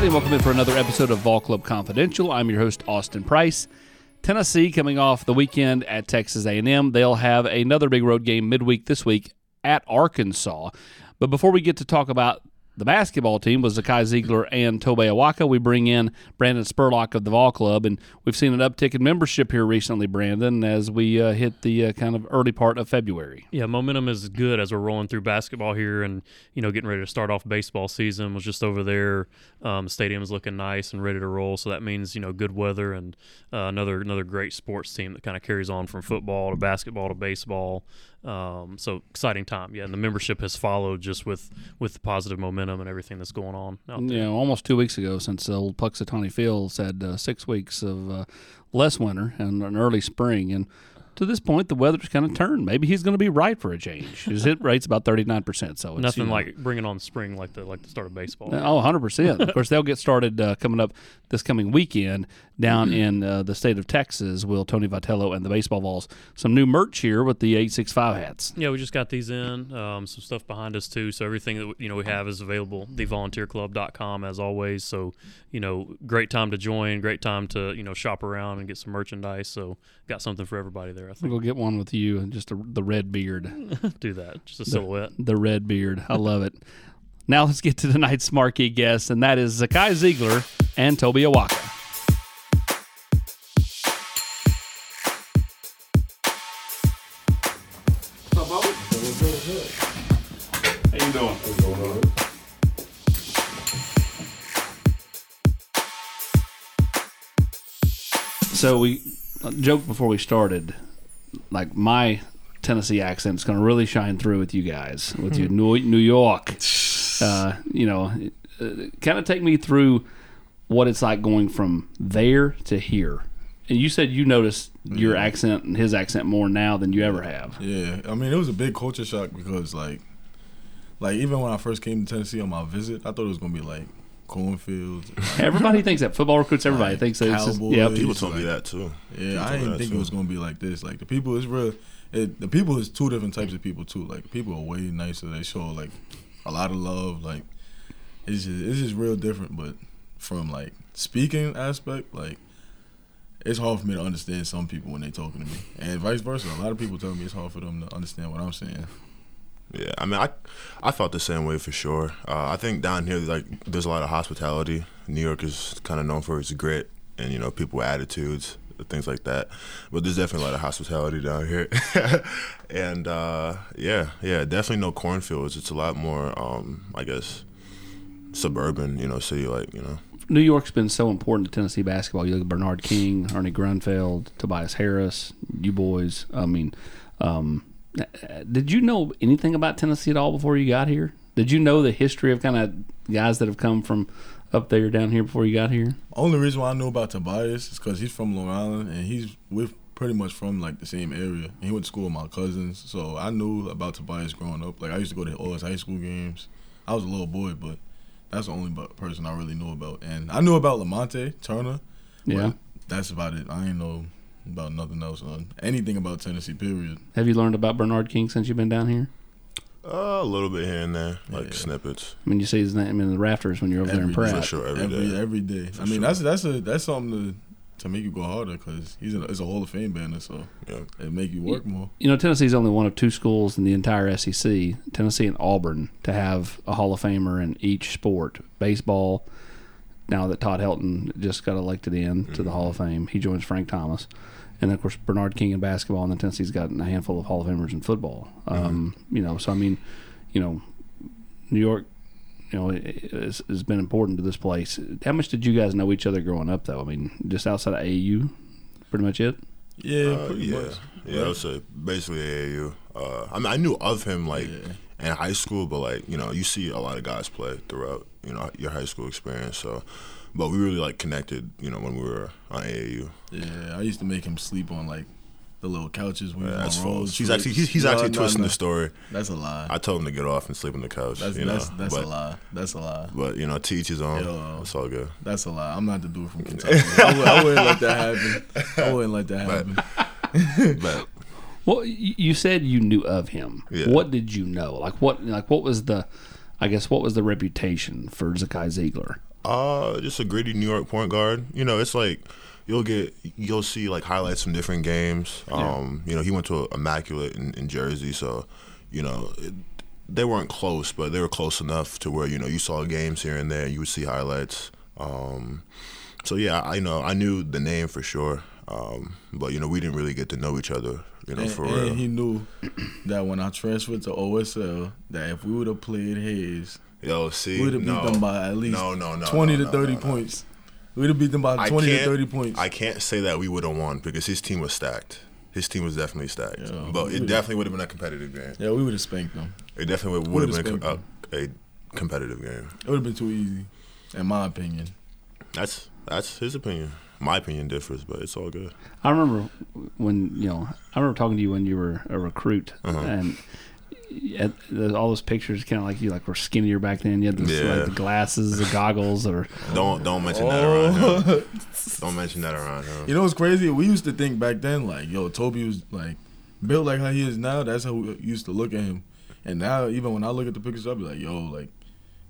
and welcome in for another episode of Vol Club Confidential. I'm your host Austin Price. Tennessee coming off the weekend at Texas A&M. They'll have another big road game midweek this week at Arkansas. But before we get to talk about the basketball team was Zakai Ziegler and Tobey Awaka. We bring in Brandon Spurlock of the Vol Club, and we've seen an uptick in membership here recently, Brandon, as we uh, hit the uh, kind of early part of February. Yeah, momentum is good as we're rolling through basketball here, and you know, getting ready to start off baseball season. Was just over there, um, stadium's looking nice and ready to roll. So that means you know good weather and uh, another another great sports team that kind of carries on from football to basketball to baseball. Um, so exciting time, yeah. And the membership has followed just with with the positive momentum and everything that's going on. Out there. You know, almost two weeks ago, since uh, old Puxatawny Fields had uh, six weeks of uh, less winter and an early spring, and to this point, the weather's kind of turned. Maybe he's going to be right for a change. His hit rate's about thirty nine percent, so it's, Nothing you know, like bringing on spring like the like the start of baseball. Oh, 100 percent. Of course, they'll get started uh, coming up this coming weekend down Mm-hmm. in uh, the state of Texas. Will Tony Vitello and the baseball balls some new merch here with the eight six five hats? Yeah, we just got these in. Um, some stuff behind us too. So everything that you know we have is available. Thevolunteerclub.com as always. So you know, great time to join. Great time to you know shop around and get some merchandise. So got something for everybody there. I I'm think gonna go get one with you and just the, the red beard. do that. Just a silhouette. The red beard. I love it. Now let's get to tonight's marquee guest, and that is Zakai Ziegler and Toby Awaka. So we uh, joked before we started, like my Tennessee accent's going to really shine through with you guys, with you New, New York. Uh, you know, uh, kind of take me through what it's like going from there to here. And you said you noticed your accent and his accent more now than you ever have. Yeah, I mean it was a big culture shock because like, like even when I first came to Tennessee on my visit, I thought it was gonna be like cornfields. Everybody thinks that football recruits. Everybody thinks that. It's just, Cowboys. yep. People told me that too. Yeah, I told me didn't that, think too. it was gonna be like this. Like the people, it's real. It, the people is two different types of people too. Like people are way nicer. They show like a lot of love. Like it's just it's just real different. But from like speaking aspect, like it's hard for me to understand some people when they talking to me, and vice versa. A lot of people tell me it's hard for them to understand what I'm saying. Yeah, I mean, I I felt the same way for sure. Uh, I think down here, like, there's a lot of hospitality. New York is kind of known for its grit and you know people attitudes, things like that. But there's definitely a lot of hospitality down here, and uh, yeah, yeah, definitely no cornfields. It's a lot more, um, I guess, suburban. You know, city like you know. New York's been so important to Tennessee basketball. You look at Bernard King, Ernie Grunfeld, Tobias Harris, you boys. I mean, um, uh, did you know anything about Tennessee at all before you got here? Did you know the history of kind of guys that have come from up there down here before you got here? Only reason why I know about Tobias is because he's from Long Island and he's we're pretty much from like the same area. He went to school with my cousins, so I knew about Tobias growing up. Like I used to go to all his high school games. I was a little boy, but that's the only bu- person I really knew about. And I knew about Lamonte Turner. but Yeah. that's about it. I ain't know about nothing else or anything about Tennessee. Period. Have you learned about Bernard King since you've been down here? Uh, a little bit here and there, like Yeah. snippets. I mean, you see his name in the rafters when you're over Every there in day. Pratt. For sure, every Every day. every day. I mean, sure. that's that's a that's something to to make you go harder because he's in a, it's a Hall of Fame banner, so Yeah. it make you work more. You know, Tennessee's only one of two schools in the entire SEC, Tennessee and Auburn, to have a Hall of Famer in each sport. Baseball, now that Todd Helton just got elected in to the Hall of Fame, he joins Frank Thomas. And then, of course, Bernard King in basketball, and then Tennessee's gotten a handful of Hall of Famers in football. Um, You know, so I mean, you know, New York, you know, has, has been important to this place. How much did you guys know each other growing up, though? I mean, just outside of AU, pretty much it? Yeah, Uh, pretty yeah, much. yeah. I would say basically AAU. Uh, I mean, I knew of him like in high school, but like you know, you see a lot of guys play throughout you know your high school experience. So, but we really like connected, you know, when we were on AAU. Yeah, I used to make him sleep on like the little couches when Yeah, we that's was on road false. He's trips. actually he's, he's No, actually no, twisting no. the story. That's a lie. I told him to get off and sleep on the couch. that's you know, that's, that's but, a lie. That's a lie. But you know, teach his own. Yo. It's all good. That's a lie. I'm not the dude from Kentucky. I, would, I wouldn't let that happen. I wouldn't let that happen. But Well, y- you said you knew of him. Yeah. What did you know? Like what? Like what was the? I guess what was the reputation for Zakai Ziegler? Uh, just a gritty New York point guard. You know, it's like you'll get you'll see like highlights from different games. Um, you know, he went to immaculate in, in Jersey, so you know it, they weren't close, but they were close enough to where you know you saw games here and there. You would see highlights. Um, so yeah, I you know I knew the name for sure, um, but you know we didn't really get to know each other. You know, And, for and real. he knew that when I transferred to OSL, that if we would have played Hayes, Yo, see, we would have no, beat them by at least no, no, no, twenty no, to no, thirty no, no. points. We would have beat them by I twenty to can't- thirty points. I can't say that we would have won because his team was stacked. His team was definitely stacked, Yeah. but it We- definitely would have been a competitive game. yeah, we would have spanked them. It definitely would, Would've have been a, spanked com- a, a competitive game. It would have been too easy, in my opinion. That's that's his opinion. My opinion differs, but it's all good. I remember when you know. I remember talking to you when you were a recruit, and at the, all those pictures, kind of like you, like were skinnier back then. You had this, Yeah. like, the glasses, the goggles, or Don't don't mention that Oh. around him. Don't mention that around him. You know what's crazy? We used to think back then, like, yo, Toby was like built like how he is now. That's how we used to look at him. And now, even when I look at the pictures, I'll be like, yo, like,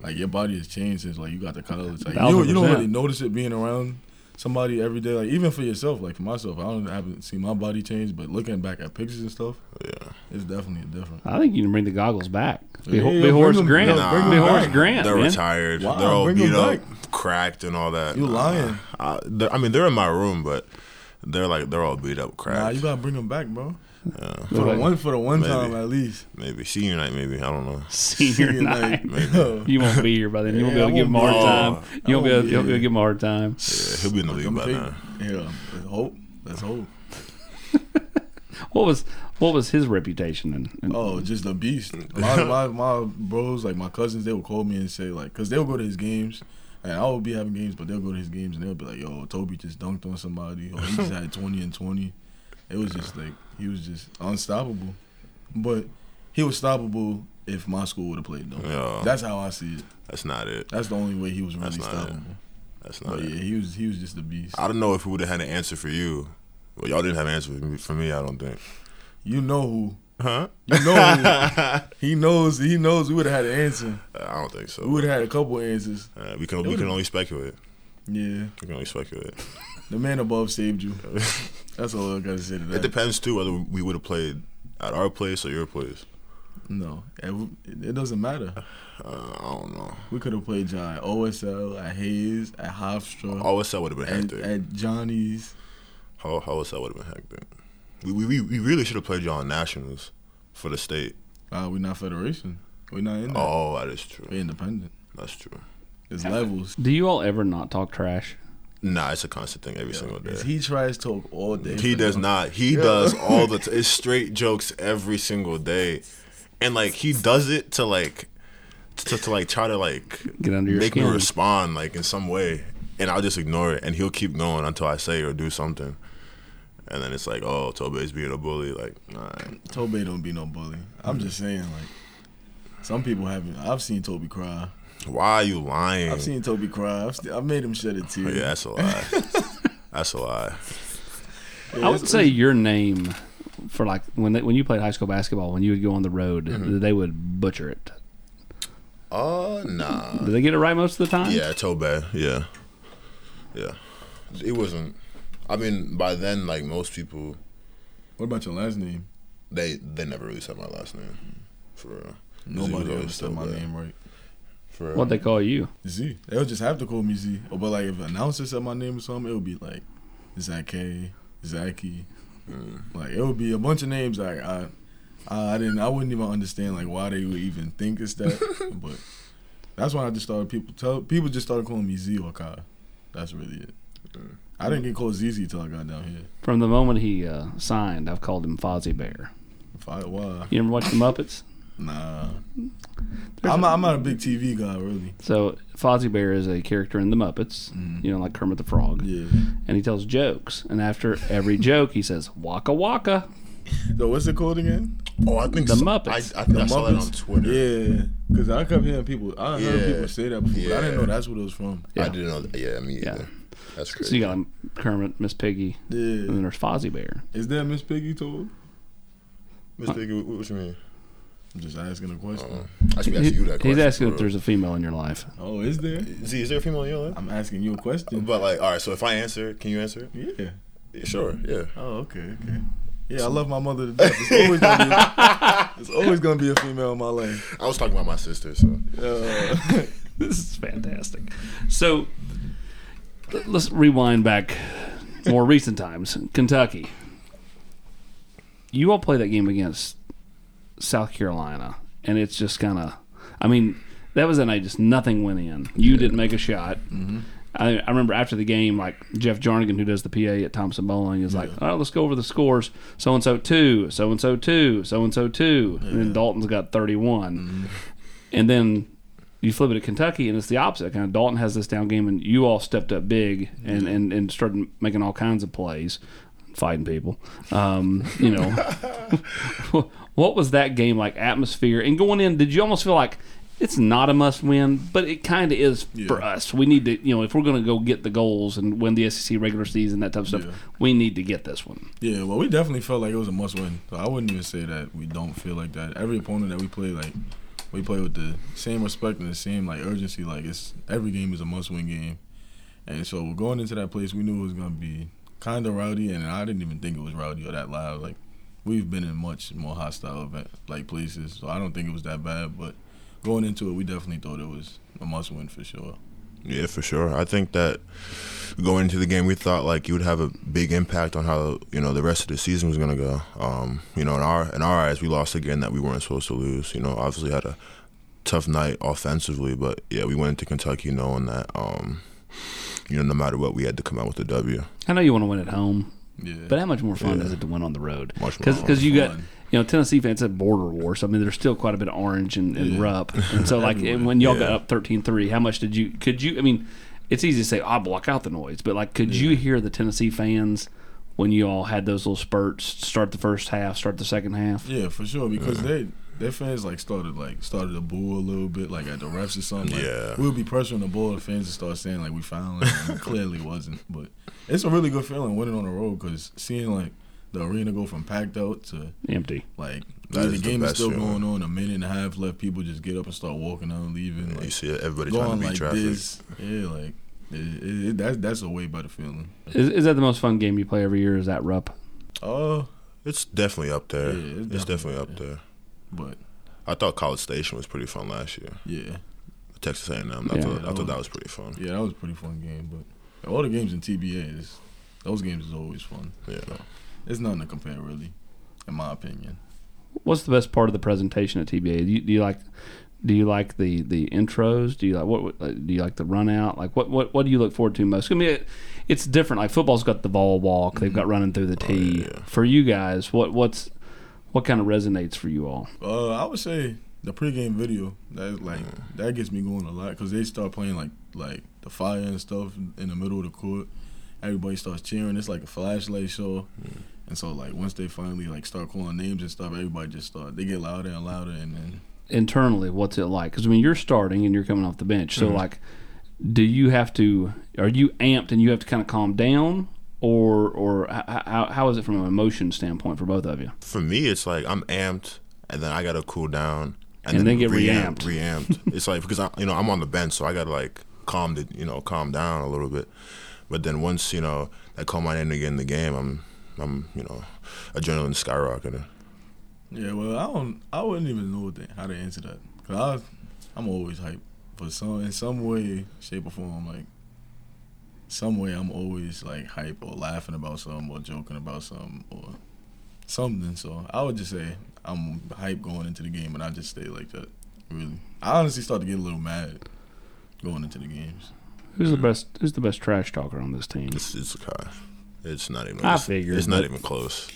like your body has changed since like you got to college. Like, you, you don't 1000%. really notice it being around somebody every day. Like, even for yourself, like for myself, I don't I haven't seen my body change, but looking back at pictures and stuff, Yeah. it's definitely different. I think you can bring the goggles back. Be, Yeah, Ho- yeah, be bring Horace them- Grant. yeah, bring be them Horace back. Grant. They're man. retired. Wow, they're all bring beat him up, back. cracked, and all that. You lying. I, they're- I mean, they're in my room, but they're like they're all beat up, cracked. Nah, you gotta bring them back, bro. yeah, For the Like, one, for the one Maybe. time at least. maybe senior night, maybe I don't know. senior Senior night. Maybe. Yo. You won't be here by then. You won't be Yeah, able to give I him a hard won't time. be. You won't be I able, you'll won't be. be able to give him a hard time. Yeah, he'll be in the league by now. Yeah, let's hope. Let's hope. What was what was his reputation? And, and Oh, just a beast. My, my my bros, like my cousins, they would call me and say like, cause they'll go to his games, and I would be having games, but they'll go to his games and they'll be like, "Yo, Toby just dunked on somebody, or he just had twenty and 20. It was just like he was just unstoppable, but he was stoppable if my school would have played them. Yeah. That's how I see it. That's not it. That's the only way he was really That's not it. stoppable. That's not But it. yeah, he was he was just a beast. Oh, I don't know if we would have had an answer for you. Well, y'all didn't have an answer for me. For me, I don't think. You know who? Huh? You know who? he knows. He knows. We would have had an answer. I don't think so. We would have had a couple answers. Uh, we can we can only speculate. Yeah. We can only speculate. The man above saved you. That's all I gotta say to It that. depends too whether we would have played at our place or your place. No, it, it doesn't matter. Uh, I don't know. We could have played John at OSL, at Hayes, at Hofstra, OSL would have been at, hectic. at Johnny's. How OSL would have been hectic. We we, we, we really should have played y'all in nationals for the state. Uh, we're not federation. We're not in that. Oh, that is true. We're independent. That's true. There's levels. do you all ever not talk trash? Nah, it's a constant thing every single day. 'Cause He tries talk all day. He does not. He does all the. T- it's straight jokes every single day, and like he does it to like, to, to like try to like Get under your make me skin. respond like in some way, and I'll just ignore it, and he'll keep going until I say or do something, and then it's like, oh, Toby's being a bully. Like, nah, Toby don't be no bully. I'm just saying, like, some people haven't. I've seen Toby cry. why are you lying? Oh, I've seen Toby cry. I've, st- I've made him shed a tear. yeah, that's a lie. that's a lie. I would say your name for like when they, when you played high school basketball, when you would go on the road, Mm-hmm. they would butcher it. Oh, nah. Did they get it right most of the time? Yeah, Tobe. Yeah, yeah. It wasn't. I mean, by then, like most people. What about your last name? They they never really said my last name. For real. Nobody ever said understood my name right. For real. What they call you? Z. They'll just have to call me Z. Or but like if an announcer said my name or something, it would be like Zake, Zaki. Uh, Like it would be a bunch of names. Like I, I, I didn't. I wouldn't even understand like why they would even think it's that. but that's when I just started people tell people just started calling me Z or Kai. That's really it. I didn't get called ZZ till I got down here. From the moment he uh, signed, I've called him Fozzie Bear. If I, why? You ever watch the Muppets? Nah. I'm not, I'm not a big TV guy really. So Fozzie Bear is a character in the Muppets, you know, like Kermit the Frog, Mm-hmm. Yeah. and he tells jokes. And after every joke, he says "Waka Waka." So what's it called again? Oh, I think The so- Muppets. I, I think I saw that on Twitter. Yeah, because I kept hearing people. I heard Yeah. people say that before, but I didn't know Yeah. that's what it was from. I didn't know. That. Yeah, me Yeah. either. That's So crazy. you got um, Kermit, Miss Piggy, and Yeah, then there's Fozzie Bear. is that Miss Piggy told? uh, Miss Piggy, what, what you mean? I'm just asking a question. Uh, I should be asking you that question. He's asking bro. if there's a female in your life. oh, is there? Z, is there a female in your life? I'm asking you a question. But like, all right. So if I answer, can you answer? yeah. Yeah, sure. Yeah. Oh, okay, okay. Yeah, I love my mother to death. It's always gonna be a, it's always gonna be a female in my life. I was talking about my sister. So Uh, This is fantastic. So l- let's rewind back more recent times. Kentucky. You all play that game against South Carolina, and it's just kind of. I mean, that was a night just nothing went in. You didn't make a shot. Mm-hmm. I, I remember after the game, like Jeff Jarnigan, who does the PA at Thompson Bowling, is like, "All right, let's go over the scores. So and so two, so and so two, so and so two, and then Dalton's got 31 Mm-hmm. and then you flip it at Kentucky, and it's the opposite. Kind of Dalton has this down game, and you all stepped up big and, and, and started making all kinds of plays, fighting people. Um, you know, what was that game like? Atmosphere and going in, did you almost feel like it's not a must win, but it kind of is for Yeah. us. We need to, you know, if we're going to go get the goals and win the SEC regular season, that type of stuff, Yeah. we need to get this one. yeah, well, we definitely felt like it was a must win. So I wouldn't even say that we don't feel like that. Every opponent that we play, like we play with the same respect and the same like urgency. Like it's every game is a must win game, and so we're going into that place. We knew it was gonna be kind of rowdy, and I didn't even think it was rowdy or that loud. Like we've been in much more hostile event like places, so I don't think it was that bad. But going into it, we definitely thought it was a must win for sure. yeah, for sure. I think that going into the game, we thought like you would have a big impact on how you know the rest of the season was gonna go. Um, you know, in our in our eyes, we lost a game that we weren't supposed to lose. You know, obviously had a tough night offensively, but yeah, we went into Kentucky knowing that. Um, you know, no matter what, we had to come out with a W. I know you want to win at home, Yeah. but how much more fun Yeah. is it to win on the roroad Much more Because you got fun. you know Tennessee fans at border war, so I mean there's still quite a bit of orange and, and Yeah. rup. And so like Everywhere. when y'all got Yeah. up 13-3, how much did you could you? I mean, it's easy to say I block out the noise, but like could you hear the Tennessee fans when you all had those little spurts? Start the first half, start the second half. Yeah, for sure. Because they their fans like started like started to boo a little bit, like at the refs or something. Like, Yeah. we'll be pressuring the ball. The fans would start saying like we found it. and it clearly wasn't, but it's a really good feeling winning on the road because seeing like the arena go from packed out to Empty. like That the is the game is best still feeling. going on. A minute and a half left. People just get up and start walking out and leaving. You Like see everybody trying to going beat like traffic. this. Yeah, like it, it, it, that's that's a way better feeling. Is, is that the most fun game you play every year? Is that rup? Oh, It's definitely up there. Yeah, it's it's, definitely definitely, up up there. but I thought College Station was pretty fun last year. yeah. Texas A&M. I, Yeah. thought, I thought that was pretty fun. Yeah, that was a pretty fun game. But all the games in TBA is those games is always fun. Yeah. It's nothing to compare really, in my opinion. What's the best part of the presentation at TBA? Do you, do you like? Do you like the the intros? Do you like what? what- uh, Do you like the run out? Like what? What? What do you look forward to most? I mean, it, it's different. Like football's got the ball walk. They've got running through the tee. yeah. For you guys, what what's what kind of resonates for you all? Uh, I would say the pregame video that is like that gets me going a lot because they start playing like like the fire and stuff in the middle of the court. Everybody starts cheering. It's like a flashlight show. And so like once they finally like start calling names and stuff, everybody just start they get louder and louder and then Internally, what's it like? Because I mean, you're starting and you're coming off the bench. So like, do you have to? Are you amped and you have to kind of calm down, or or h- h- how, how is it from an emotion standpoint for both of you? For me, it's like I'm amped, and then I gotta cool down, And then get re-amp- reamped. Reamped. it's like because I, you know, I'm on the bench, so I gotta like calm the, you know, calm down a little bit. But then once you know I call my name to get in the game, I'm, I'm, you know, adrenaline skyrocketing. Yeah, well, I don't. I wouldn't even know what the, how to answer that. Cause I, I'm always hyped for some in some way, shape or form. Like some way, I'm always like hype or laughing about something or joking about something or something. So I would just say I'm hype going into the game, and I just stay like that. Really, I honestly start to get a little mad going into the games. Who's the best? Who's the best trash talker on this team? It's, it's okay. It's not even. I it's, figured, It's not but- even close.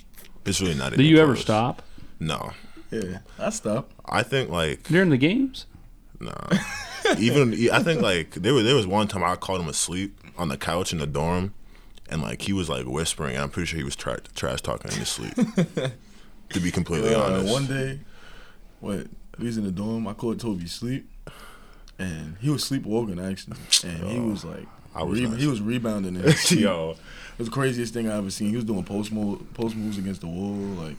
It's really not. Do even you ever close. stop No, Yeah, I stop. I think like during the games? Nah. Even I think like there was there was one time I called him asleep on the couch in the dorm, and like he was like whispering, and I'm pretty sure he was tra- trash talking in his sleep. to be completely Uh, honest, One day, what we was in the dorm. I called Toby sleep, and he was sleepwalking actually, and he was like, I was re- not he was rebounding. In his sleep. yo, it was the craziest thing I ever seen. He was doing post move, post moves against the wall, like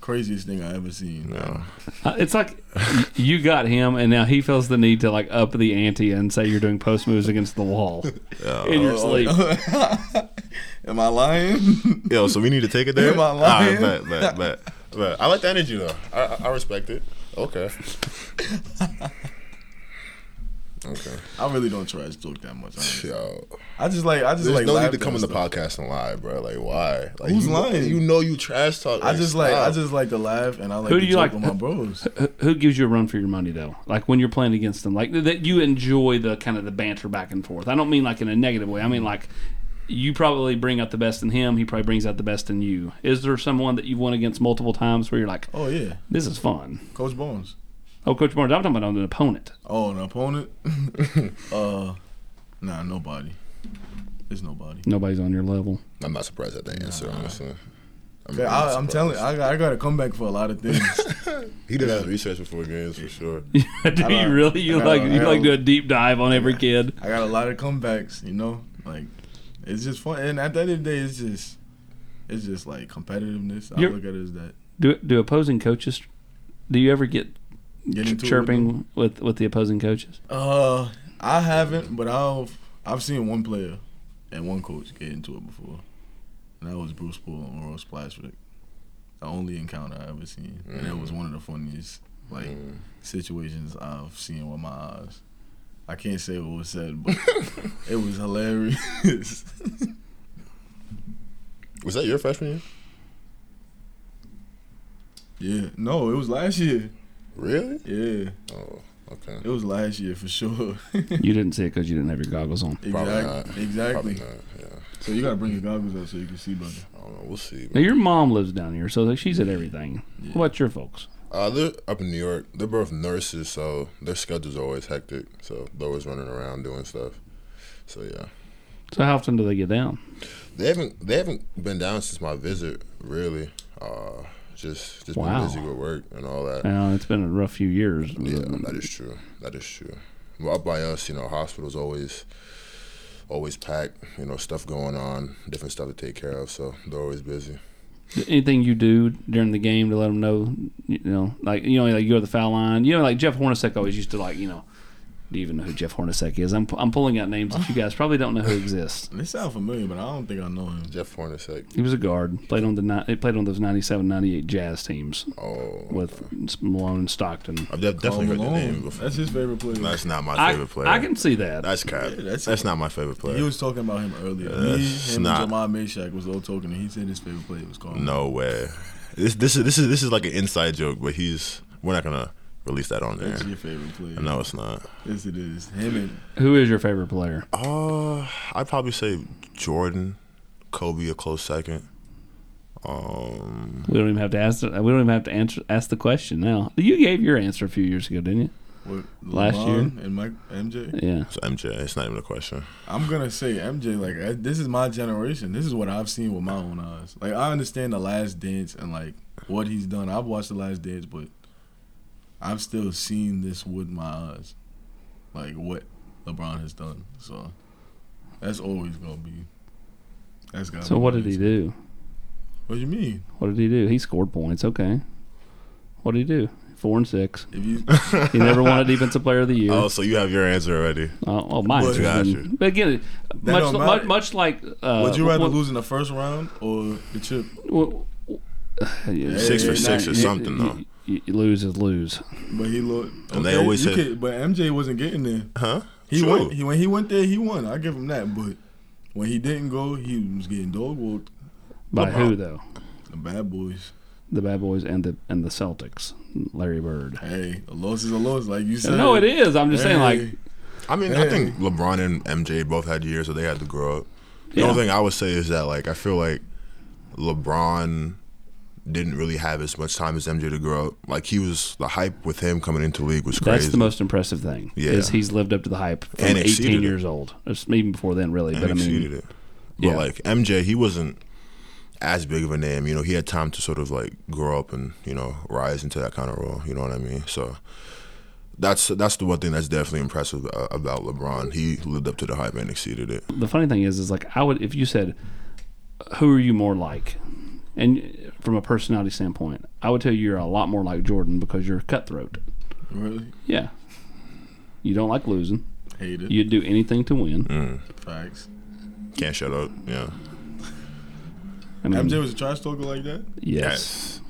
craziest thing I ever seen. No. Uh, it's like y- you got him, and now he feels the need to like up the ante and say you're doing post moves against the wall in your sleep. Oh, Am I lying? Yo, so we need to take it there. Am I All lying? bet, bet, bet, bet. I like the energy though. I, I- I respect it. Okay. okay. I really don't trash talk that much. honestly. Yo, I just like I just there's like no laugh need at to come in the stuff. podcast and lie, bro. Like, why? Like, Who's you, lying? You know you trash talk. I just like I stop. just like to laugh and I like Who to do you joke like- with my bros. Who- Who gives you a run for your money though? Like when you're playing against them, like th- that you enjoy the kind of the banter back and forth. I don't mean like in a negative way. I mean like you probably bring out the best in him. He probably brings out the best in you. Is there someone that you've won against multiple times where you're like, Oh yeah, this is fun? Coach Bones. Oh, Coach Barnes, I'm talking about an opponent. Oh, an opponent? uh, nah, nobody. It's nobody. Nobody's on your level. I'm not surprised at the answer, honestly. I'm, Okay, really I, not I'm surprised. telling you, I, got- I got to come back for a lot of things. he did his research before games for sure. Do I you don't- really? You I like don't- you I like don't- do a deep dive on every kid? I got a lot of comebacks, you know? Like, it's just fun. And at the end of the day, it's just, it's just like competitiveness. I You're- look at it as that. Do do opposing coaches? Do you ever get Get ch- into it with chirping with with the opposing coaches? Uh, I haven't, but I've, I've seen one player and one coach get into it before. And that was Bruce Poole and Oral Splashwick. The only encounter I ever seen. And it was one of the funniest, like, Mm. situations I've seen with my eyes. I can't say what was said, but it was hilarious. Was that your freshman year? yeah, no, it was last year. Really? Yeah, Oh, okay. it was last year for sure. You didn't see it because you didn't have your goggles on. exactly, Probably exactly. not. Yeah. So you gotta bring your goggles up so you can see better. I don't know. We'll see. Now your mom lives down here, so like, she's at everything. Yeah. What's your folks? Uh, they're up in New York. They're both nurses, so their schedule's always hectic. So they're always running around doing stuff. So yeah, So how often do they get down? they haven't they haven't been down since my visit really. Uh, just just Wow. been busy with work and all that. Now it's been a rough few years. Yeah, that is true. That is true. Well, up by us, you know, hospitals always always packed. You know, stuff going on, different stuff to take care of. So they're always busy. Anything you do during the game to let them know, you know, like you know, like you go to the foul line. You know, like Jeff Hornacek always used to like, you know, do you even know who Jeff Hornacek is? I'm I'm pulling out names that you guys probably don't know who exists. They sound familiar, but I don't think I know him. Jeff Hornacek. He was a guard. Played on the ni- he played on those 97, 98 Jazz teams Oh, with Malone and Stockton. I've de- Carl definitely heard that Malone. name before. That's his favorite player. That's not my I, favorite player. I can see that. That's cap. Yeah, that's that's- not my favorite player. he was talking about him earlier. Me, That's him, not- and Jamal Meshack was all talking, and he said his favorite player was Carl. No way. This this is this is this is like an inside joke, but he's we're not gonna release that on there. That's your favorite player. No, it's not. Yes, it is. Him and Who is your favorite player? Uh, I'd probably say Jordan, Kobe a close second. Um, We don't even have to ask. We don't even have to answer, ask the question now. You gave your answer a few years ago, didn't you? what, Last LeBron and Mike MJ. Yeah. it's MJ. It's not even a question. I'm gonna say MJ. Like I, this is my generation. This is what I've seen with my own eyes. Like I understand the Last Dance and like what he's done. I've watched the Last Dance, but I've still seen this with my eyes, like what LeBron has done. So that's always gonna be. That's got. So what did he do? What do you mean? What did he do? He scored points. Okay. What did he do? Four and six. If you He never won a defensive player of the year. Oh, Oh, so you have your answer already? well, my But- answer's been- But again, much, don't li- much, matter. much like. Uh, would you rather what- lose in the first round or the chip? what- yeah, Six for yeah, six yeah, or yeah, something, yeah, though. yeah, yeah, lose is lose. But he looked. And they always you said- could- but MJ wasn't getting there. Huh? He True. went. He, when he went there, he won. I give him that. But when he didn't go, he was getting dog walked. By who though? The bad boys. The Bad Boys and the and the Celtics. Larry Bird. Hey, a loss is a loss, like you said. Uh, No, it is. I'm just saying, like, I mean, I think LeBron and MJ both had years where they had to grow up. The Yeah. only thing I would say is that, like, I feel like LeBron didn't really have as much time as MJ to grow up. Like, he was the hype with him coming into the league was crazy. That's the most impressive thing. Yeah. Is he's lived up to the hype from And exceeded 18 it. years old. It's even before then, really. and but I exceeded mean, it. But yeah. like MJ, he wasn't as big of a name. You know, he had time to sort of like grow up and you know rise into that kind of role. You know what I mean? So that's that's the one thing that's definitely impressive uh, about LeBron. He lived up to the hype and exceeded it. the funny thing is, is like I would if you said, "Who are you more like?" and uh, from a personality standpoint, I would tell you you're a lot more like Jordan because you're cutthroat. Really? Yeah, you don't like losing. Hate it. You'd do anything to win. Facts. Can't shut up. Yeah. I mean, MJ was a trash talker like that? yes.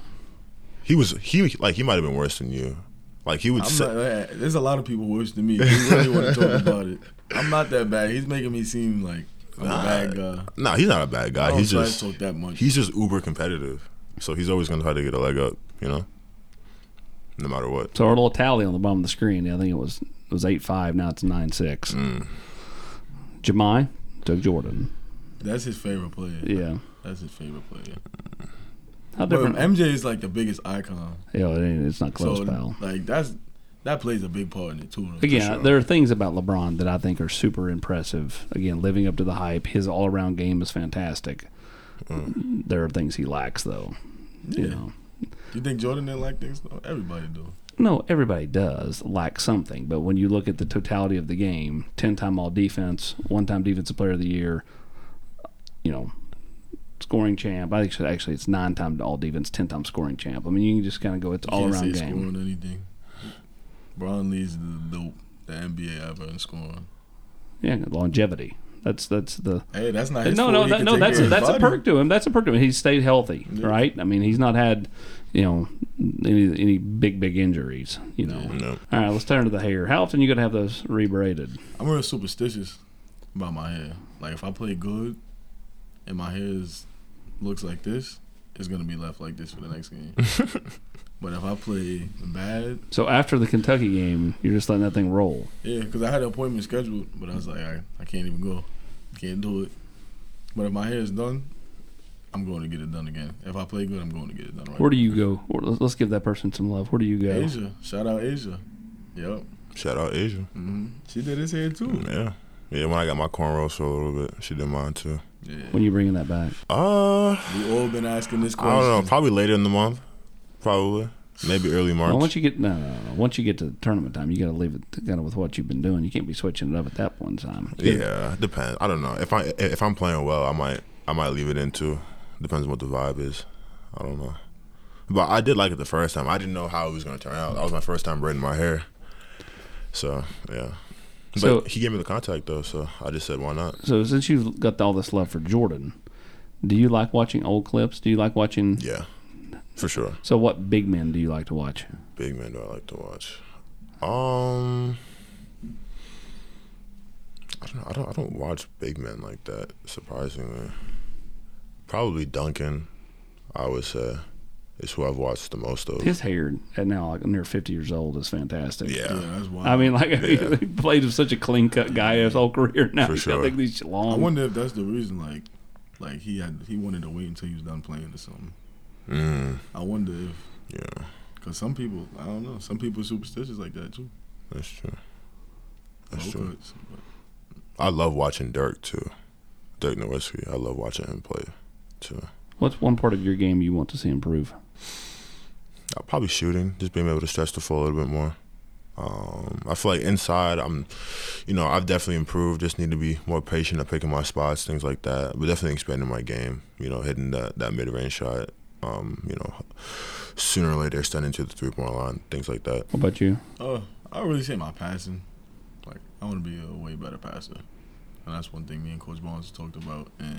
He was he like he might have been worse than you. Like he would I'm say, not, eh, there's a lot of people worse than me. We really want to talk about it. I'm not that bad. He's making me seem like I'm a bad guy. nah, he's not a bad I guy. don't He's trash just talk that much. he's just uber competitive. So he's always gonna try to get a leg up, you know? No matter what. So our little tally on the bottom of the screen, I think it was it was eight five. Now it's nine six. Mm. Jemai took Jordan. That's his favorite player. Yeah, That's his favorite player. how But different? MJ is like the biggest icon. Yeah, it ain't, it's not close, so pal. like that's that plays a big part in it too. though, for Again, sure. there are things about LeBron that I think are super impressive. Again, living up to the hype, his all around game is fantastic. There are things he lacks, though. You Mm. Yeah. know, you think Jordan didn't like things? No, everybody do. no, everybody does lack something, but when you look at the totality of the game, ten time all defense, one time defensive player of the year, you know, scoring champ. I think actually it's nine time all defense, ten time scoring champ. I mean, you can just kind of go. It's You all can't say around game. Scoring anything. Bron leads the dope the NBA ever in scoring. Yeah, longevity. That's that's the Hey, that's not his no, fault. no, He that, can no. take That's care of that's his a body. perk to him. That's a perk to him. He's stayed healthy, right? I mean, he's not had you know any any big big injuries. You know. No. All right, let's turn to the hair. How often you gonna have those rebraided? I'm real superstitious about my hair. Like if I play good and my hair is, looks like this, it's gonna be left like this for the next game. but if I play bad, So after the Kentucky game, you're just letting that thing roll. yeah, because I had an appointment scheduled, but I was like, I, I can't even go, can't do it. But if my hair is done, I'm going to get it done again. If I play good, I'm going to get it done right. Where do you go? Or let's- Let's give that person some love. Where do you go? Asia, shout out Asia. Yep, Shout out Asia. hmm she did his hair too. Yeah. Yeah, when I got my cornrows for a little bit, she did mine too. Yeah, When you bringing that back? Uh we all been asking this I don't know, question. probably later in the month. Probably. Maybe early March. Well, once you get no, no, no. Once you get to tournament time, you got to leave it kind of with what you've been doing. You can't be switching it up at that one time. Yeah, depends. I don't know. If I if I'm playing well, I might I might leave it in too. Depends on what the vibe is. I don't know. But I did like it the first time. I didn't know how it was gonna turn out. That was my first time braiding my hair. So yeah. But So- he gave me the contact though, so I just said why not? So since you've got all this love for Jordan, do you like watching old clips? Do you like watching? Yeah. For sure. So what big men do you like to watch? Big men do I like to watch? Um I don't know. I don't I don't watch big men like that, surprisingly. Probably Duncan, I would say, is who I've watched the most of. His hair at now like near fifty years old is fantastic. Yeah. Yeah, that's wild. I mean, like he played with such a clean cut guy his whole career. Now For he's sure. got like these I long. wonder if that's the reason, like, like he had he wanted to wait until he was done playing or something. Mm, I wonder if, yeah, cause some people, I don't know, some people are superstitious like that too. that's true. That's Low true. cuts, but I love watching Dirk too. Dirk Nowitzki. I love watching him play too. What's one part of your game you want to see improve? Uh, probably shooting, just being able to stretch the floor a little bit more. Um, I feel like inside, I'm, you know, I've definitely improved. Just need to be more patient at picking my spots, things like that. But definitely expanding my game. You know, hitting that that mid range shot. Um, you know, sooner or later, extending to the three point line, things like that. What about you? uh, I really say my passing. Like, I want to be a way better passer, and that's one thing me and Coach Barnes talked about. And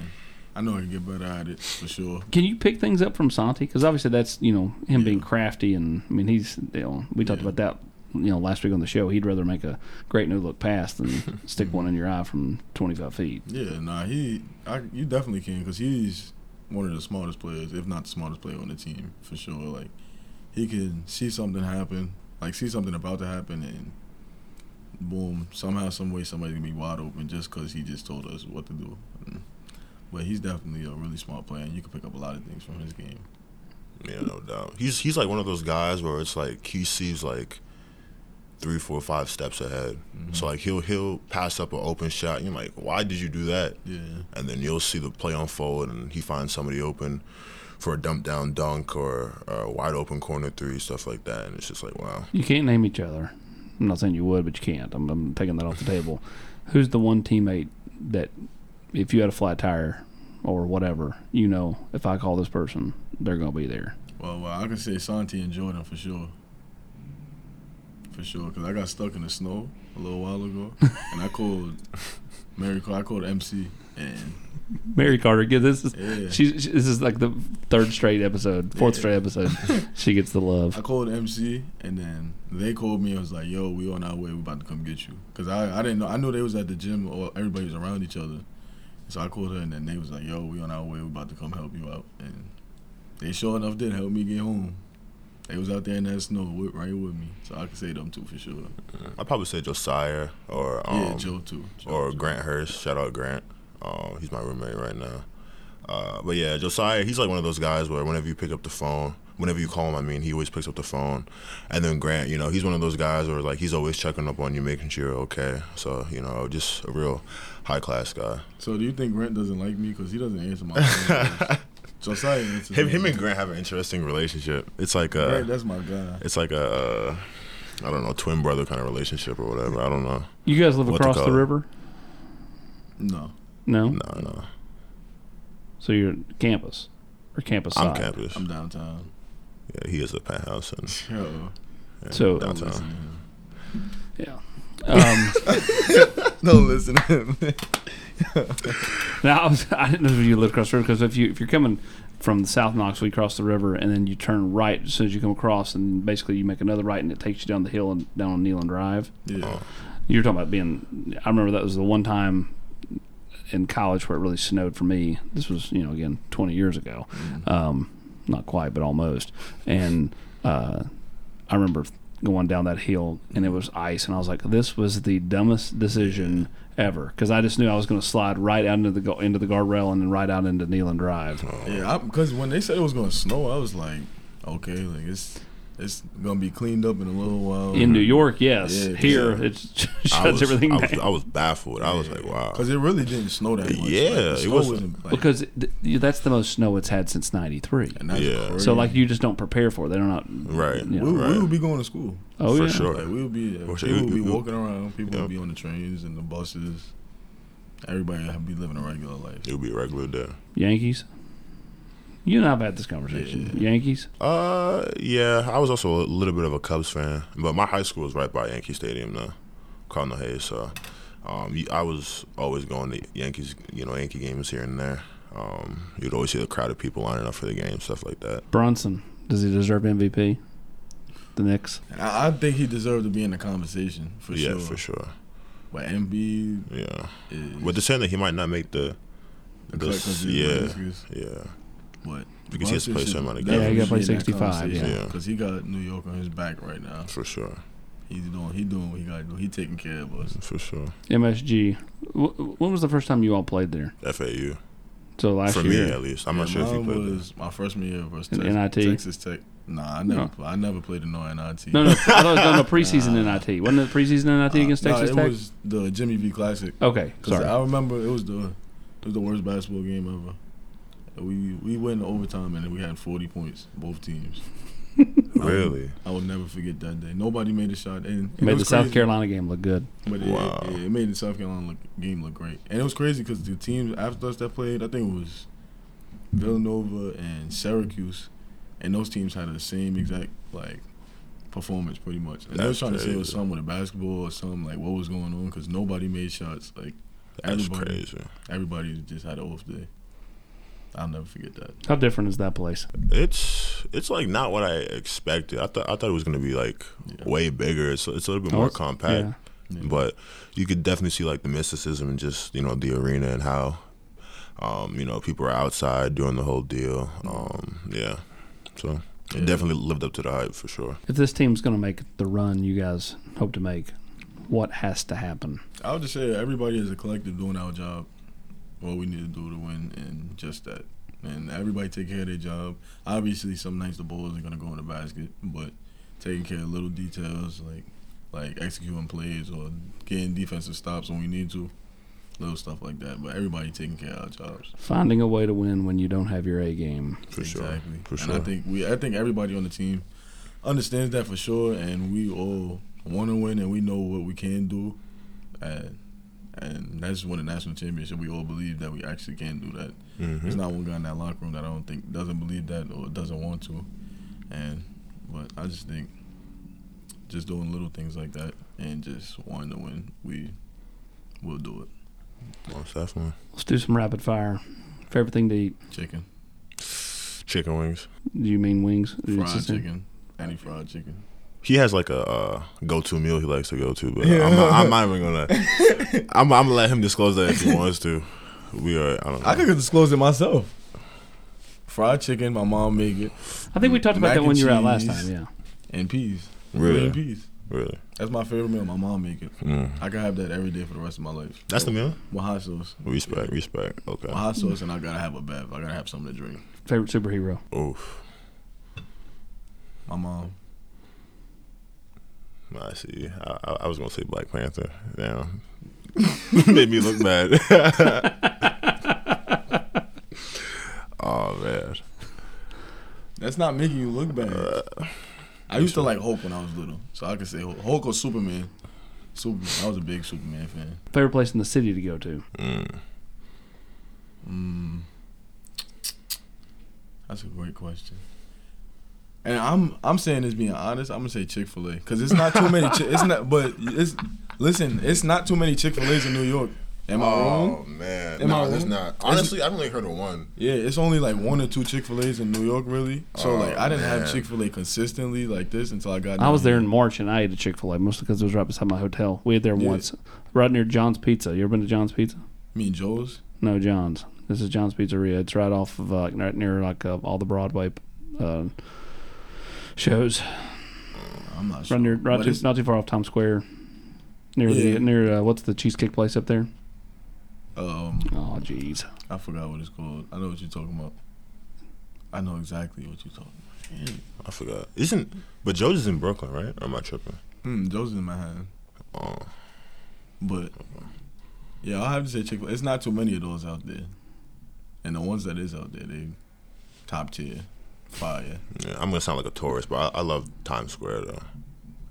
I know I can get better at it for sure. Can you pick things up from Santi? Because obviously that's you know him being crafty, and I mean he's you know, we talked about that you know last week on the show. He'd rather make a great new look pass than stick one in your eye from twenty five feet. Yeah, nah, he, I, you definitely can, cause he's one of the smartest players, if not the smartest player on the team for sure. Like, he can see something happen, like see something about to happen, and boom, somehow, some way, somebody's gonna be wide open just cause he just told us what to do. And- But he's definitely a really smart player, and you can pick up a lot of things from his game. Yeah, no doubt. He's he's like one of those guys where it's like he sees like three, four, five steps ahead. So like he'll he'll pass up an open shot. And you're like, why did you do that? Yeah, And then you'll see the play unfold, and he finds somebody open for a dump down dunk or a wide open corner three, stuff like that. And it's just like, wow. You can't name each other. I'm not saying you would, but you can't. I'm, I'm taking that off the table. Who's the one teammate that, if you had a flat tire, or whatever, you know, if I call this person, they're gonna be there. Well, well, I can say Santi and Jordan for sure. For sure, because I got stuck in the snow a little while ago, and I called Mary. Call, I called MC, and Mary Carter, give this. Is, Yeah. she's- she- this is like the third straight episode, fourth Yeah. straight episode. she gets the I love. called MC, and then they called me and was like, "Yo, we on our way. We about to come get you." Because I, I didn't know. I knew they was at the gym or everybody was around each other. So I called her, and then they was like, "Yo, we on our way. We about to come help you out." And they sure enough did help me get home. They was out there in that snow with, right with me, so I could say them two for sure. I'd probably say Josiah or um, yeah, Joe too. Joe, or Joe. Grant Hurst. Shout out Grant. Um, he's my roommate right now. Uh, but yeah, Josiah, he's like one of those guys where whenever you pick up the phone, whenever you call him, I mean, he always picks up the phone. And then Grant, you know, he's one of those guys where like he's always checking up on you, making sure you're okay. So you know, just a real high class guy. So do you think Grant doesn't like me because he doesn't answer my phone? Josiah answers. Him, my him and phone. Grant uh, have an interesting relationship. It's like a, Grant, that's my guy. it's like a, uh, I don't know, twin brother kind of relationship or whatever. I don't know. You guys live What to across the call it? Mm-hmm. river? No, No, No, no, so you're campus or campus I'm side. campus. I'm downtown. Yeah, he is a penthouse and Yo, yeah, So- don't downtown. listen to him. Yeah. Um, Don't listen to him. now I, was, I didn't know if you lived across the river because if you if you're coming from the South Knoxville, you cross the river and then you turn right as soon as you come across, and basically you make another right and it takes you down the hill and down on Neyland Drive. Yeah. Oh. You were talking about being. I remember that was the one time in college where it really snowed for me. This was, you know, again, 20 years ago. Um, not quite, but almost. And uh, I remember going down that hill and it was ice. And I was like, this was the dumbest decision ever. Because I just knew I was going to slide right out into the, gu- into the guardrail and then right out into Neyland Drive. Oh. Yeah, because when they said it was gonna snow, I was like, okay, like it's it's gonna be cleaned up in a little while. In New York, yes. Yeah, Here, Oh, yeah. it I shuts was, everything I down. was, I was baffled. I was like, wow. because it really didn't snow that much. like, Yeah, the it snow wasn't- wasn't, like, because th- that's the most snow it's had since 93. and that's Yeah. crazy. So like you just don't prepare for it. They're not. Right. Yeah. we, right. we would be going to school. Oh For yeah. sure. Like we would be For sure. people would be You- you- walking around. People Yeah. would be on the trains and the buses. Everybody would be living a regular life. It would be a regular day. Yankees. You and I've had this conversation. Yankees. Uh, yeah. I was also a little bit of a Cubs fan, but my high school was right by Yankee Stadium, though, Cardinal Hayes. So, um, y- I was always going to Yankees, you know, Yankee games here and there. Um, you'd always see a crowd of people lining up for the game, stuff like that. Bronson. Does he deserve MVP? The Knicks. And I, I think he deserved to be in the conversation for yeah, sure. for sure. But MB Yeah, is but they're saying that he might not make the, the the cut s- 'cause he's yeah, Lakers, yeah. but Because he has to play so many Yeah, he games. got play 65, yeah. because he got New York on his back right now. For sure, He's doing. He doing. What he got. to do. He taking care of us. for sure. MSG. W- when was the first time you all played there? FAU So last for year. me at least. I'm not Yeah, sure if he mine played. there. was my freshman year versus In Texas, NIT? Texas Tech. Nah, I never. No. pl- I never played in no NIT. No, no. I thought it was no, no, preseason NIT. Wasn't it preseason NIT Uh, against Uh, Nah, Texas it Tech? was the Jimmy V Classic. okay. 'Cause Sorry. I remember it was the it was the worst basketball game ever. We we went to overtime and we had 40 points both teams. Really? I will never forget that day. Nobody made a shot, and, and it Made was the South crazy. Carolina game look good. But it, Wow. it, it made the South Carolina look, game look great. And it was crazy because the teams after us that played, I think it was Villanova and Syracuse, and those teams had the same exact like performance pretty much. And they were That's trying to say it was crazy. something with the basketball or something like what was going on because nobody made shots. Like That's everybody, crazy. everybody just had an off day. I'll never forget that. How different is that place? It's it's like not what I expected. I thought I thought it was gonna be like Yeah. way bigger. It's it's a little bit Oh, more it's- compact, yeah. but you could definitely see like the mysticism and just you know the arena and how, um, you know people are outside doing the whole deal. Um, yeah, so Yeah. it definitely lived up to the hype for sure. If this team's going to make the run you guys hope to make, what has to happen? I would just say everybody as a collective doing our job, what we need to do to win, and just that. And everybody take care of their job. Obviously, some nights the ball isn't gonna go in the basket, but taking care of little details like like executing plays or getting defensive stops when we need to, little stuff like that. But everybody taking care of our jobs. Finding a way to win when you don't have your A game. For sure. exactly. For And sure. I think we, I think everybody on the team understands that for sure, and we all want to win, and we know what we can do. And and that's when the national championship. We all believe that we actually can do that. hmm There's not one guy in that locker room that I don't think doesn't believe that or doesn't want to. And but I just think just doing little things like that and just wanting to win, we will do it. Most definitely. Let's do some rapid fire. Favorite thing to eat? Chicken, Chicken wings. Do you mean wings? It's the fried same. chicken, any fried chicken. He has like a uh, go-to meal he likes to go to, but I'm, not, I'm not even gonna. I'm, I'm gonna let him disclose that if he wants to. We are. I don't know. I could disclose it myself. Fried chicken, my mom make it, I think we talked about Mac that and when you were out last cheese. time. Yeah. and peas, Really? green peas. really. That's my favorite meal. My mom make it. Mm. I can have that every day for the rest of my life. That's the meal. with hot sauce. Respect. Respect. With Okay. hot sauce, and I gotta have a bath. I gotta have something to drink. Favorite superhero? Oof. My mom. I see. I, I, I was gonna say Black Panther. Damn. Made me look bad. oh man. That's not making you look bad. I used to like Hulk when I was little, so I could say Hulk, Hulk or Superman. Superman. I was a big Superman fan. Favorite place in the city to go to? Mm. Mm. That's a great question. And I'm I'm saying this being honest. I'm gonna say Chick Fil A because it's not too many. Chi- it's not, but it's listen. It's not too many Chick Fil A's in New York. Am I Oh. wrong? man. Am I No, there's wrong? not. Honestly, I've only heard of one. Yeah, it's only like one or two Chick Fil A's in New York, really. So Oh, like, I didn't have man. Chick Fil A consistently like this until I got. I was down there in here. March and I ate a Chick Fil A mostly because it was right beside my hotel. We ate there Yeah. once, right near John's Pizza. You ever been to John's Pizza? Me and Joe's. No, John's. This is John's Pizzeria. It's right off of uh, right near like uh, all the Broadway uh, shows. I'm not sure. Right near, right But too, it's- not too far off Times Square. Near Yeah. the near uh, what's the cheesecake place up there? um, Oh, jeez. I forgot what it's called. I know what you're talking about. I know exactly what you're talking about. Damn. I forgot. Isn't but Joe's is in Brooklyn, right? Or am I tripping? Mm, Joe's in Manhattan. Oh, But yeah, I'll have to say Chick Fil A. It's not too many of those out there, and the ones that is out there, they top tier, fire. yeah, I'm gonna sound like a tourist, but I, I love Times Square though.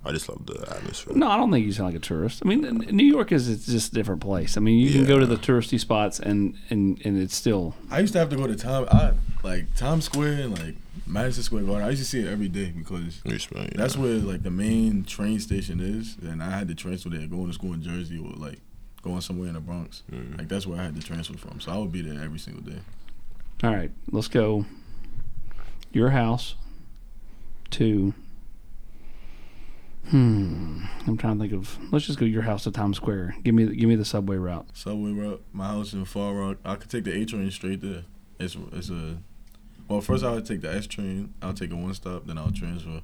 I just love the atmosphere. No, I don't think you sound like a tourist. I mean, N- New York is it's just a different place. I mean, you can go to the touristy spots and and and it's still I used to have to go to Tom, I, like Times Square and like Madison Square Garden. I used to see it every day because Respect, yeah. that's where like the main train station is, and I had to transfer there going to school in Jersey or like going somewhere in the Bronx. Mm-hmm. Like that's where I had to transfer from, so I would be there every single day. all right. Let's go. Your house to. Hmm. I'm trying to think of. Let's just go your house to Times Square. Give me the- give me the subway route. Subway route, my house in Far Rock. I could take the A train straight there. It's it's a well. First, I would take the S train. I'll take a one stop, then I'll transfer,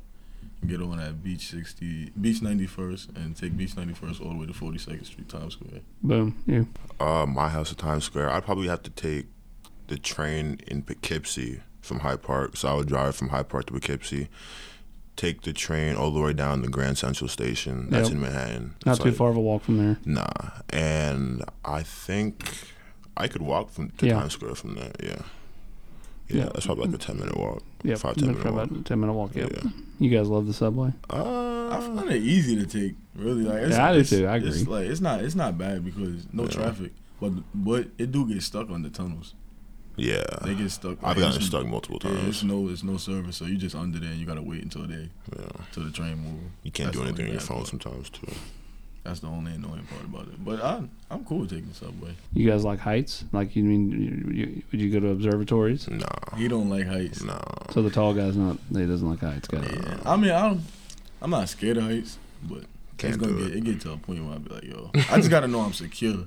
and get on at Beach sixty, Beach ninety first, and take Beach ninety first all the way to Forty Second Street, Times Square. Boom. You. Uh, my house to Times Square. I'd probably have to take the train in Poughkeepsie from Hyde Park. So I would drive from Hyde Park to Poughkeepsie, take the train all the way down to Grand Central Station. That's Yep. in Manhattan. Not It's too like- far of a walk from there. Nah, and I think I could walk from to Yeah. Times Square from there. Yeah. Yeah, Yeah. that's probably like a ten minute walk. Yep. Five, ten That's minute walk. about a ten minute walk. Yep. Yeah. You guys love the subway. I Uh, find it easy to take, really. Like it's, Yeah, I do it's- too, I it's agree. like it's not it's not bad because no Yeah. traffic, but but it do get stuck on the tunnels. yeah. They get stuck. I've like, gotten it's- stuck multiple Yeah, it's times. no it's no service, so you just under there and you gotta wait until they Yeah. till the train move. You can't That's do the anything on only your bad phone part. sometimes too. That's the only annoying part about it. But I I'm cool with taking the subway. You guys like heights? Like you mean? You, you, would you go to observatories? Nah, He don't like heights. nah. So the tall guy's not. He doesn't like heights, guys. Yeah. I mean, I'm I'm not scared of heights, but it's Can't gonna do get it. it. get to a point where I'll be like, yo, I just gotta know I'm secure.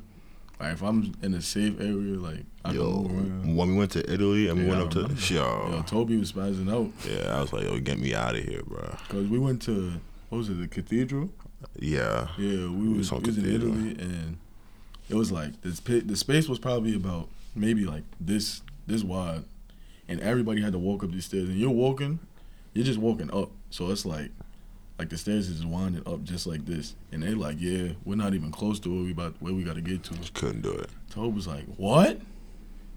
Like if I'm in a safe area, like I can Yo, move around. when we went to Italy and we Yeah, went I up to remember. Yo, yo, Toby was spazzing out yeah, I was like, yo, get me out of here, bro. because we went to what was it, the cathedral? Yeah, Yeah, we We was, saw we was in cathedral. Italy, and it was like this pit, the space was probably about maybe like this this wide, and everybody had to walk up these stairs. And you're walking, you're just walking up, so it's like like the stairs is winding up just like this. And they like, yeah, we're not even close to where we about where we got to get to. just couldn't do it. Tobe was like, what?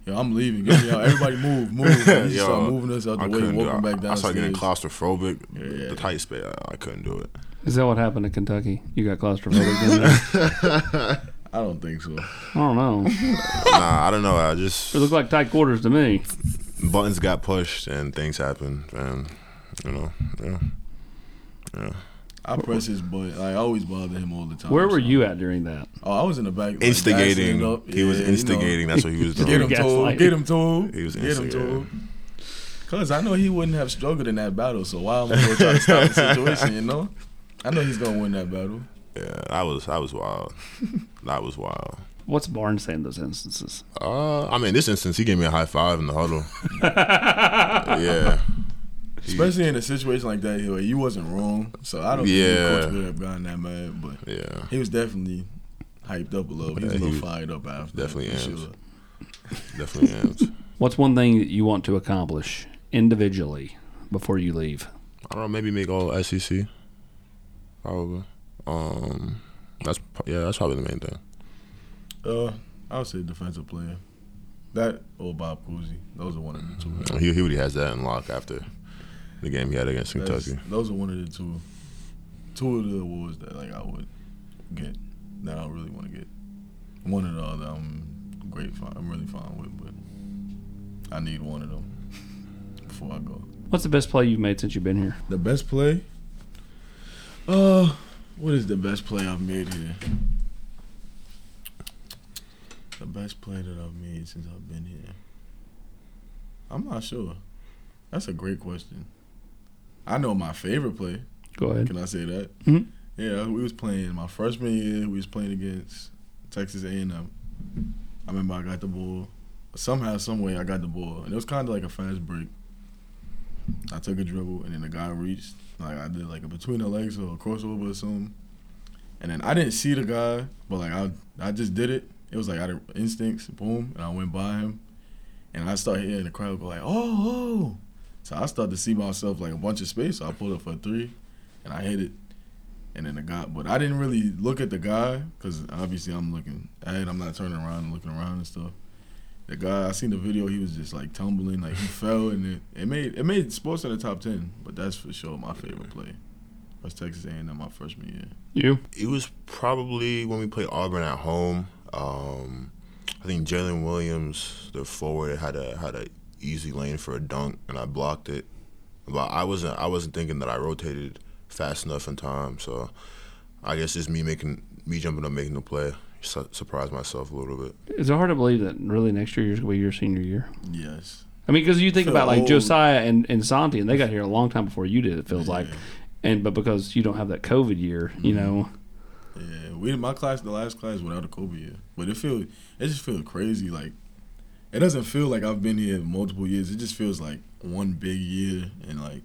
Yo, I'm leaving. Get me out. Everybody move, move. And he Yo, started moving us out the I way, couldn't do it. walking back I- I downstairs. started getting claustrophobic. Yeah. The tight space, I, I couldn't do it. Is that what happened to Kentucky? You got claustrophobic down there? I don't think so. I don't know. nah, I don't know. I just It looked like tight quarters to me. buttons got pushed and things happened, and you know, yeah, yeah. I press his button. I always bother him all the time. Where were so- you at during that? Oh, I was in the back. like, Instigating. bashing up. He was Yeah, you know. instigating. That's what he was Get doing. him told. Gaslighting. Get him told. He was Get him instigating. told. Cause I know he wouldn't have struggled in that battle. So why am I gonna try to stop the situation? You know, I know he's gonna win that battle. Yeah, I was. I was wild. That was wild. What's Barnes say in those instances? Uh, I mean, in this instance, he gave me a high five in the huddle. yeah, Especially in a situation like that, where you wasn't wrong. So I don't Yeah. think the coach would have gotten that mad, but yeah. he was definitely hyped up a little. He was a Yeah, he little was fired up after. definitely for amped. sure. Definitely amped. What's one thing that you want to accomplish individually before you leave? I don't know. Maybe make all SEC. Probably. Um, that's pro- yeah. That's probably the main thing. Uh, I would say defensive player. That or Bob Cousy. Those are one of the two. He he already has that in lock after the game he had against That's- Kentucky. Those are one of the two, two of the awards that like I would get that I really want to get. One or the other, I'm great. Fine, I'm really fine with, but I need one of them before I go. What's the best play you've made since you've been here? The best play. Uh, what is the best play I've made here? The best play that I've made since I've been here. I'm not sure. That's a great question. I know my favorite play. Go ahead. Can I say that? Mhm. Yeah, we was playing my freshman year. We was playing against Texas A&M. I remember I got the ball. Somehow, some way, I got the ball, and it was kind of like a fast break. I took a dribble, and then the guy reached. Like I did, like a between the legs or a crossover or something. And then I didn't see the guy, but like I, I just did it. It was like out of instincts, boom, and I went by him, and I started hearing the crowd go like, "Oh, oh!" So I started to see myself like a bunch of space. So I pulled up for a three, and I hit it. And then the guy, but I didn't really look at the guy because obviously I'm looking ahead. I'm not turning around and looking around and stuff. The guy, I seen the video. He was just like tumbling, like he fell, and it, it made it made sports in the top ten. But that's for sure my favorite play. Was Texas A&M my freshman year. You? It was probably when we played Auburn at home. Um, I think Jalen Williams, the forward, had a had a easy lane for a dunk, and I blocked it. But I wasn't I wasn't thinking that I rotated fast enough in time. So I guess just me making me jumping up making the play su- surprised myself a little bit. Is it hard to believe that really next year is going to be your senior year? Yes, I mean, because you think Feel about like old. Josiah and, and Santi, and they got here a long time before you did. It feels like, and but because you don't have that COVID year, you know, yeah. We my class, the last class without a Kobe year, but it feel it just feels crazy. Like it doesn't feel like I've been here multiple years. It just feels like one big year, and like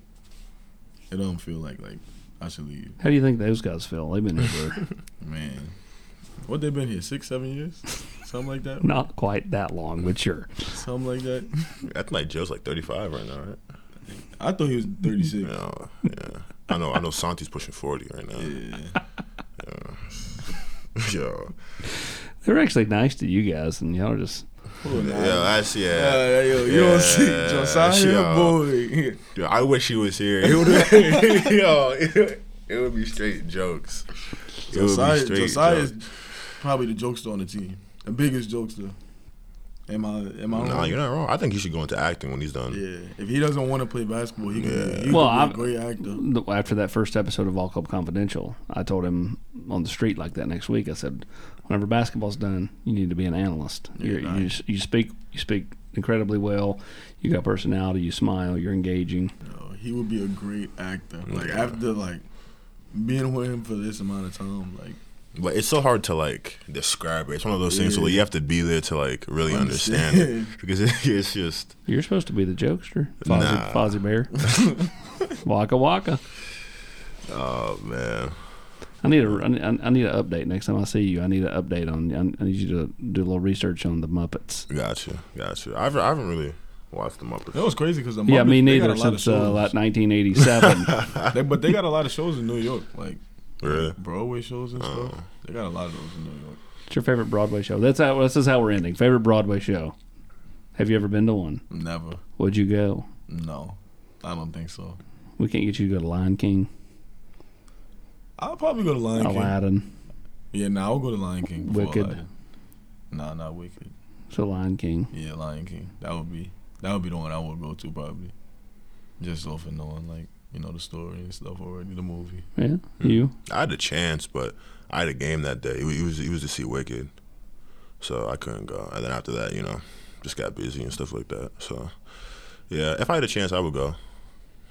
it don't feel like like I should leave. how do you think those guys feel? They've been here for Man, what they been here six, seven years, something like that, not quite that long, but sure. something like that. I think like Joe's like 35 right now, right? I thought he was thirty six. No, yeah. I know I know Santi's pushing 40 right now. Yeah. Yo, They're actually nice to you guys, and y'all are just Hold on. yeah, that's yeah. Yeah, yo, you don't see Yeah, Josiah, yeah. boy. Yo, I wish he was here. It would yo, it, it would be straight jokes. It would be Josiah, straight Josiah jokes. is probably the jokester on the team, the biggest jokester. Am I? Am I? No, wrong? you're not wrong. I think he should go into acting when he's done. Yeah. If he doesn't want to play basketball, he can Yeah. be, he Well, can I'm- be a great actor. after that first episode of All Club Confidential, I told him on the street like that next week. I said, whenever basketball's done, you need to be an analyst. You're, Yeah, you, you speak you speak incredibly well. You got personality. You smile. You're engaging. Yo, he would be a great actor. Like after like being with him for this amount of time, like But it's so hard to like describe it. It's one of those things Yeah. where you have to be there to like really understand, Understand. it because it, it's just You're supposed to be the jokester, Fozzie, Nah. Fozzie Bear, Waka Waka. oh man. I need a I need, I need an update next time I see you. I need an update on. I- I need you to do a little research on the Muppets. Gotcha, gotcha. I've, I haven't really watched the Muppets. that was crazy because yeah, me neither. Since uh, like 1987, they, but they got a lot of shows in New York, like Really? Oh. Broadway shows and stuff. They got a lot of those in New York. what's your favorite Broadway show? That's how. This is how we're ending. Favorite Broadway show? Have you ever been to one? Never, Would you go? no, I don't think so. We can't get you to go to Lion King, I'll probably go to Lion King. Aladdin. Yeah, nah, I'll go to Lion King. before Wicked. Aladdin. Nah, not Wicked. So Lion King. Yeah, Lion King. That would be that would be the one I would go to probably. Just off and knowing like you know the story and stuff already, the movie. Yeah, you. I had a chance, but I had a game that day. It was it was, it was to see Wicked, so I couldn't go. And then after that, you know, just got busy and stuff like that. So, yeah, if I had a chance, I would go.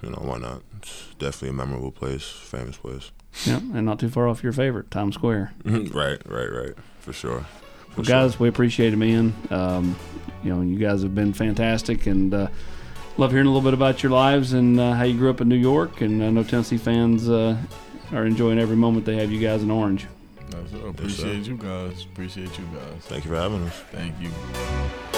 You know, why not? It's definitely a memorable place, famous place. Yeah, and not too far off your favorite, Times Square. right, right, right, for sure. For Well, sure. guys, we appreciate it, man. Um, you know, you guys have been fantastic, and uh, love hearing a little bit about your lives and uh, how you grew up in New York. And I know Tennessee fans uh, are enjoying every moment they have you guys in Orange. That's it. Appreciate you guys. Appreciate you guys. Thank you for having us. Thank you.